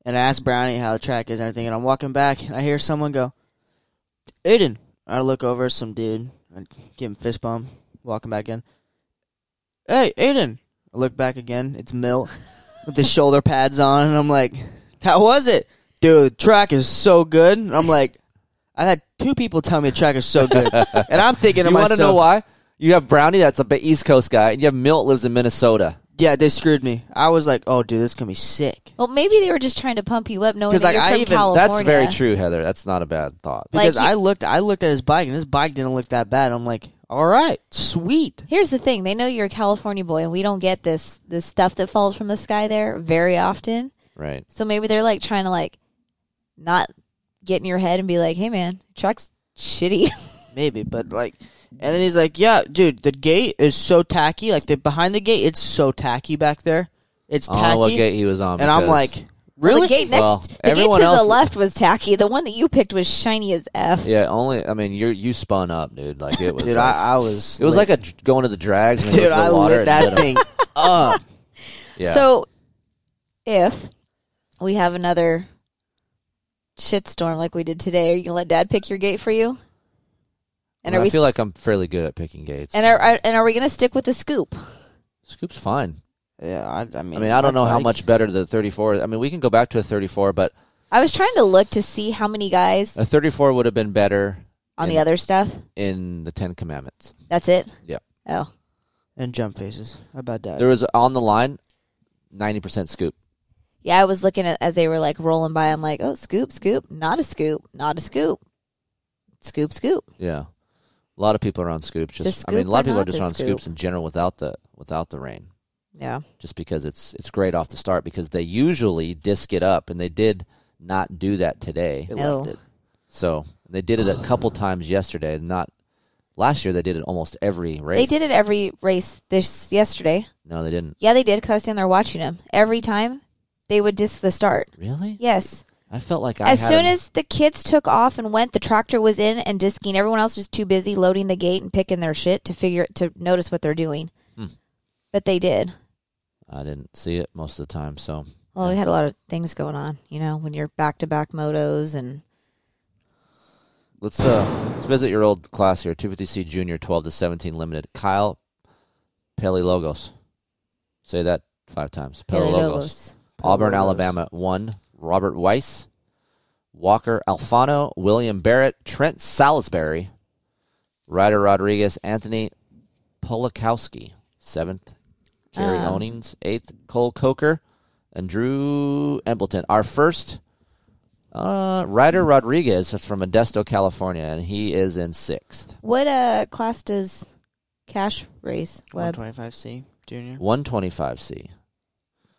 C: and I asked Brownie how the track is and everything. And I'm walking back, and I hear someone go, "Aiden." I look over, some dude. I give him fist bump. Walking back in. Hey, Aiden. I look back again. It's Milt
A: (laughs)
C: with his shoulder pads on, and I'm like, "How was it, dude? The track is so good." And I'm like, I had two people tell me the track is so good,
A: (laughs)
C: and I'm thinking to
A: You want to
C: myself,
A: know why? You have Brownie, that's a big East Coast guy, and you have Milt lives in Minnesota.
C: "Yeah, they screwed me." I was like, "Oh, dude, this is gonna be sick."
B: Well, maybe they were just trying to pump you up knowing
C: 'Cause,
B: that
C: like,
B: you're
C: I
B: from
C: even-
B: California.
A: That's very true, Heather. That's not a bad thought.
B: Like,
C: because
B: he-
C: I looked I looked at his bike and his bike didn't look that bad. I'm like, all right, sweet.
B: Here's the thing. They know you're a California boy, and we don't get this, this stuff that falls from the sky there very often.
A: Right.
B: So maybe they're like trying to like not get in your head and be like, "Hey man, truck's shitty." (laughs)
C: Maybe, but like, and then he's like, yeah, dude, the gate is so tacky. Like the behind the gate, it's so tacky back there. It's
A: I don't know what
C: tacky,
A: gate he was on.
C: and I'm
A: because-
C: like,
B: Well, the
C: really?
B: gate next,
A: Well,
B: the gate
A: everyone
B: to the
A: else-
B: left was tacky. The one that you picked was shiny as f.
A: Yeah, only. I mean, you you spun up, dude. Like it was.
C: dude,
A: like,
C: I, I was.
A: it was
C: lit.
A: like a dr- going to the drags. And
C: dude. I
A: water and
C: lit that
A: him. (laughs)
C: thing up.
A: Yeah.
B: So if we have another shitstorm like we did today, are you gonna let Dad pick your gate for you? And
A: I, mean,
B: are
A: I
B: we
A: feel
B: st-
A: like I'm fairly good at picking gates.
B: and are, are and are we gonna stick with the scoop?
A: Scoop's fine.
C: Yeah, I, I mean,
A: I mean, I don't
C: my
A: know how
C: bike-
A: much better the 34. is. I mean, we can go back to a 34, but
B: I was trying to look to see how many guys
A: a 34 would have been better
B: on the
A: Yeah.
B: other stuff.
A: in the Ten Commandments.
B: That's it.
A: Yeah.
B: Oh.
C: And jump faces. How about that?
A: There was on the line, 90% scoop.
B: Yeah, I was looking at as they were like rolling by. I'm like, oh, scoop, scoop, not a scoop, not a scoop, scoop, scoop.
A: Yeah. A lot of people are on scoops. Just,
B: Just
A: I mean,
B: scoop
A: a lot of
B: or
A: people are
B: not
A: just
B: to
A: on
B: scoop?
A: scoops in general without the without the rain.
B: Yeah,
A: just because it's it's great off the start because they usually disc it up and they did not do that today.
C: They
B: No.
C: left it.
A: So they did it a couple
B: (sighs)
A: times yesterday. Not last year they did it almost every race.
B: they did it every race this yesterday.
A: No, they didn't.
B: Yeah, they did because I was standing there watching them every time. They would disc the start.
A: Really?
B: Yes,
A: I felt like I
B: as
A: had
B: soon
A: a-
B: as the kids took off and went, the tractor was in and disking. Everyone else was too busy loading the gate and picking their shit to figure to notice what they're doing.
A: Hmm.
B: But they did.
A: I didn't see it most of the time. So
B: Well, we had a lot of things going on, you know, when you're back to back motos and
A: let's uh let's visit your old class here, two fifty C junior twelve to seventeen limited. Kyle Paley Logos. Say that five times. Paley Logos.
B: Logos.
A: Auburn,
C: Logos.
A: Alabama, one. Robert Weiss, Walker Alfano, William Barrett, Trent Salisbury, Ryder Rodriguez, Anthony Polakowski, seventh. Jerry
B: Um.
A: Onings, eighth. Cole Coker, and Drew Embleton. Our first uh, Ryder Rodriguez is from Modesto, California, and he is in sixth.
B: What uh class does Cash race? Web
C: 125C junior
A: 125C.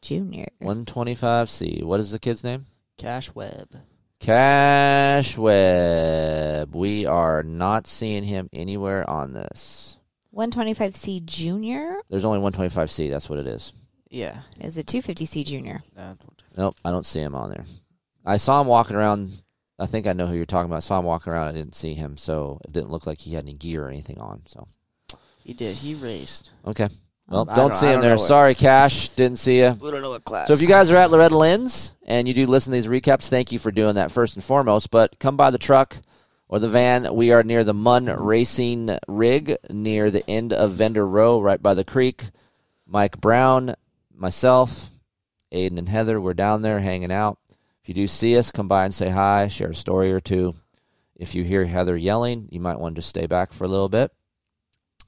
B: Junior.
A: 125C. What is the kid's name?
C: Cash Web.
A: Cash Webb. We are not seeing him anywhere on this.
B: 125C Junior?
A: There's only 125C. That's what it is.
C: Yeah.
B: Is it 250C Junior?
C: Uh,
A: Nope, I don't see him on there. I saw him walking around. I think I know who you're talking about. I saw him walking around. I didn't see him, so it didn't look like he had any gear or anything on. So
C: he did. He raced.
A: okay, well,
C: Um, I
A: don't,
C: don't-
A: see
C: I
A: him
C: don't
A: there.
C: know what-
A: Sorry, Cash, didn't see you.
C: We don't know what class.
A: So if you guys are at Loretta Lynn's and you do listen to these recaps, thank you for doing that first and foremost. But come by the truck or the van. We are near the Munn Racing Rig near the end of Vendor Row, right by the creek. Mike Brown, myself, Aiden and Heather, we're down there hanging out. If you do see us, come by and say hi, share a story or two. If you hear Heather yelling, you might want to just stay back for a little bit.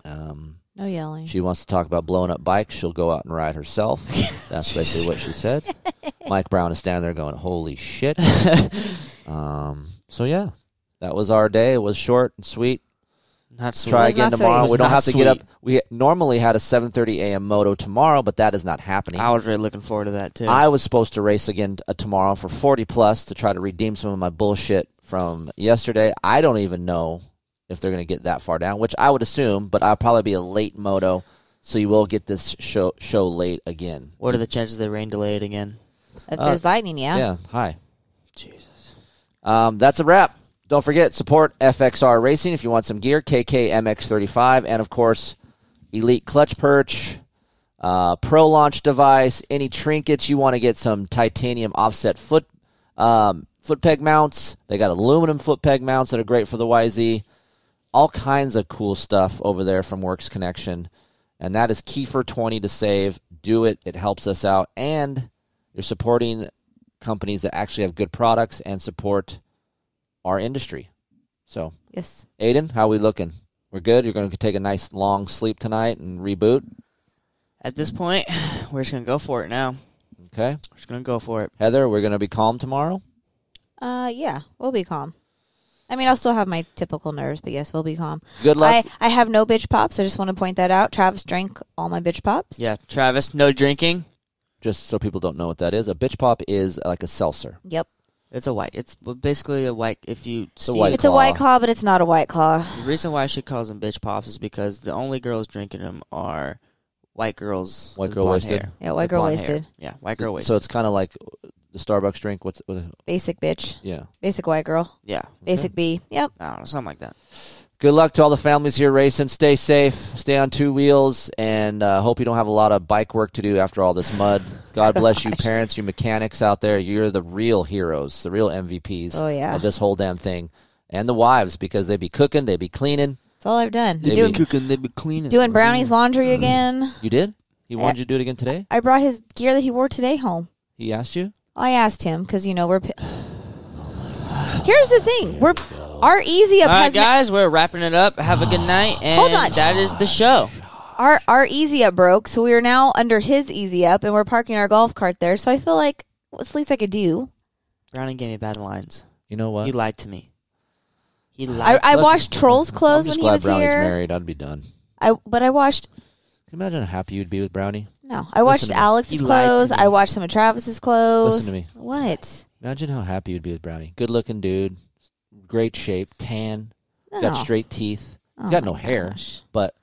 A: Um,
B: No yelling.
A: she wants to talk about blowing up bikes. She'll go out and ride
B: (laughs)
A: herself. That's basically what she said. Mike Brown is standing there going, "Holy
B: (laughs)
A: shit!" um, so yeah, that was our day. It was short and sweet.
C: not sweet.
A: Try
B: was
A: again
B: not sweet. It
A: tomorrow.
B: was
A: We don't
C: not
A: have to get up.
C: sweet.
A: We normally had a 7:30 a.m. moto tomorrow, but that is not happening.
C: I was really looking forward to that too.
A: I was supposed to race again uh, tomorrow for 40 plus to try to redeem some of my bullshit from yesterday. I don't even know if they're going to get that far down, which I would assume, but I'll probably be a late moto, so you will get this show show late again.
C: what are the chances they rain delayed again?
B: if
A: uh,
B: there's lightning, yeah.
A: Yeah, hi.
C: Jesus.
A: Um, that's a wrap. Don't forget support FXR Racing if you want some gear, KKMX35, and of course Elite Clutch Perch, uh, Pro Launch device, any trinkets you want to get some titanium offset foot um, foot peg mounts. They got aluminum foot peg mounts that are great for the YZ. All kinds of cool stuff over there from Works Connection, and that is Kiefer twenty to save. Do it; it helps us out, and you're supporting companies that actually have good products and support our industry. So,
B: Yes.
A: Aiden, how we looking? We're good. You're going to take a nice long sleep tonight and reboot.
C: At this point, (sighs) we're just gonna go for it now.
A: Okay,
C: We're just gonna go for it.
A: Heather, we're going to be calm tomorrow.
B: Uh, yeah. We'll be calm. I mean, I'll still have my typical nerves, but yes, we'll be calm.
A: Good luck.
B: I, I have no bitch pops. I just want to point that out. Travis drank all my bitch pops.
C: Yeah, Travis, no drinking.
A: Just so people don't know what that is, a bitch pop is like a seltzer.
B: Yep.
C: It's a white. It's basically a white. If you
A: a
C: see,
A: white
B: It's a white claw, but it's not a white claw.
C: the reason why she calls them bitch pops is because the only girls drinking them are white girls.
A: White
C: with
A: girl
C: blonde
A: wasted?
C: hair.
B: Yeah, white
C: With
B: girl
C: blonde hair.
B: wasted.
C: Yeah, white girl wasted.
A: So it's kind of like the Starbucks drink. What's what,
B: Basic bitch.
A: yeah?
B: Basic white girl.
C: yeah,
B: Basic B. Yep.
C: I don't know, something like that.
A: Good luck to all the families here racing. Stay safe. Stay on two wheels, and uh, hope you don't have a lot of bike work to do after all this mud. God
B: (laughs)
A: bless you, parents, you mechanics out there. You're the real heroes, the real MVPs
B: Oh, yeah.
A: of this whole damn thing, and the wives because they be cooking, they be cleaning.
B: That's all I've done.
A: They
B: Doing,
A: be
C: cooking, they be cleaning.
B: doing brownies laundry again.
A: You did? He wanted you to do it again today?
B: I brought his gear that he wore today home.
A: He asked you?
B: I asked him because you know we're. Pi- (sighs) Here's the thing: we're our easy up
C: All right,
B: has na-
C: guys, we're wrapping it up. Have a good night, and
B: (sighs) Hold on.
C: that is the show.
B: our our easy up broke, so we are now under his easy up, and we're parking our golf cart there. So I feel like what's the least I could do?
C: Browning gave me bad lines.
A: You know
C: He
A: what?
C: lied to me. He
B: I,
C: lied.
B: I
A: Look,
B: washed Trolls
A: I'm
B: clothes
A: just
B: when he
A: glad
B: was
A: Brownie's
B: here.
A: married. I'd be done.
B: I but I washed
A: Can you imagine how happy you'd be with Brownie?
B: no, I washed
A: to me.
B: Alex's
C: He lied to
B: clothes.
C: me.
B: I washed some of Travis's clothes.
A: Listen to me.
B: What?
A: Imagine how happy you'd be with Brownie. Good looking dude, great shape, tan,
B: No.
A: got straight teeth.
B: Oh
A: He's got
B: my
A: no hair,
B: gosh. (laughs)
A: but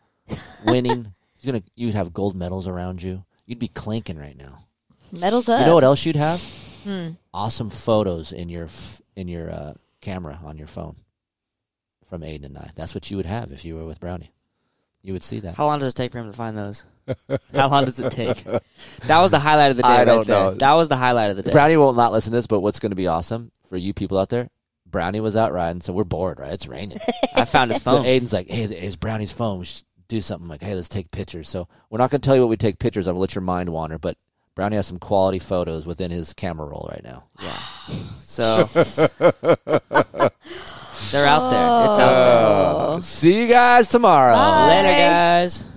A: winning. He's gonna. You'd have gold medals around you. You'd be clinking right now.
B: Medals up.
A: You know what else you'd have?
B: Hmm.
A: Awesome photos in your f- in your uh, camera on your phone from Aiden and I. That's what you would have if you were with Brownie. You would see that.
C: How long does it take for him to find those? How long does it
B: (laughs)
C: take? That was the highlight of the day.
A: I
C: right
A: don't
C: there.
A: know.
C: That was the highlight of the day.
A: Brownie will not listen to this, but what's going to be awesome for you people out there? Brownie was out riding, so we're bored, right? It's raining.
C: I found his
B: (laughs)
A: so
C: phone.
A: Aiden's like, "Hey, it's Brownie's phone. We should do something." like, "Hey, let's take pictures." So we're not going to tell you what we take pictures. I'm going to let your mind wander, but Brownie has some quality photos within his camera roll right now.
B: (laughs)
C: So they're out there. It's out
A: See you guys tomorrow.
B: Bye. Oh.
C: there. Later, guys.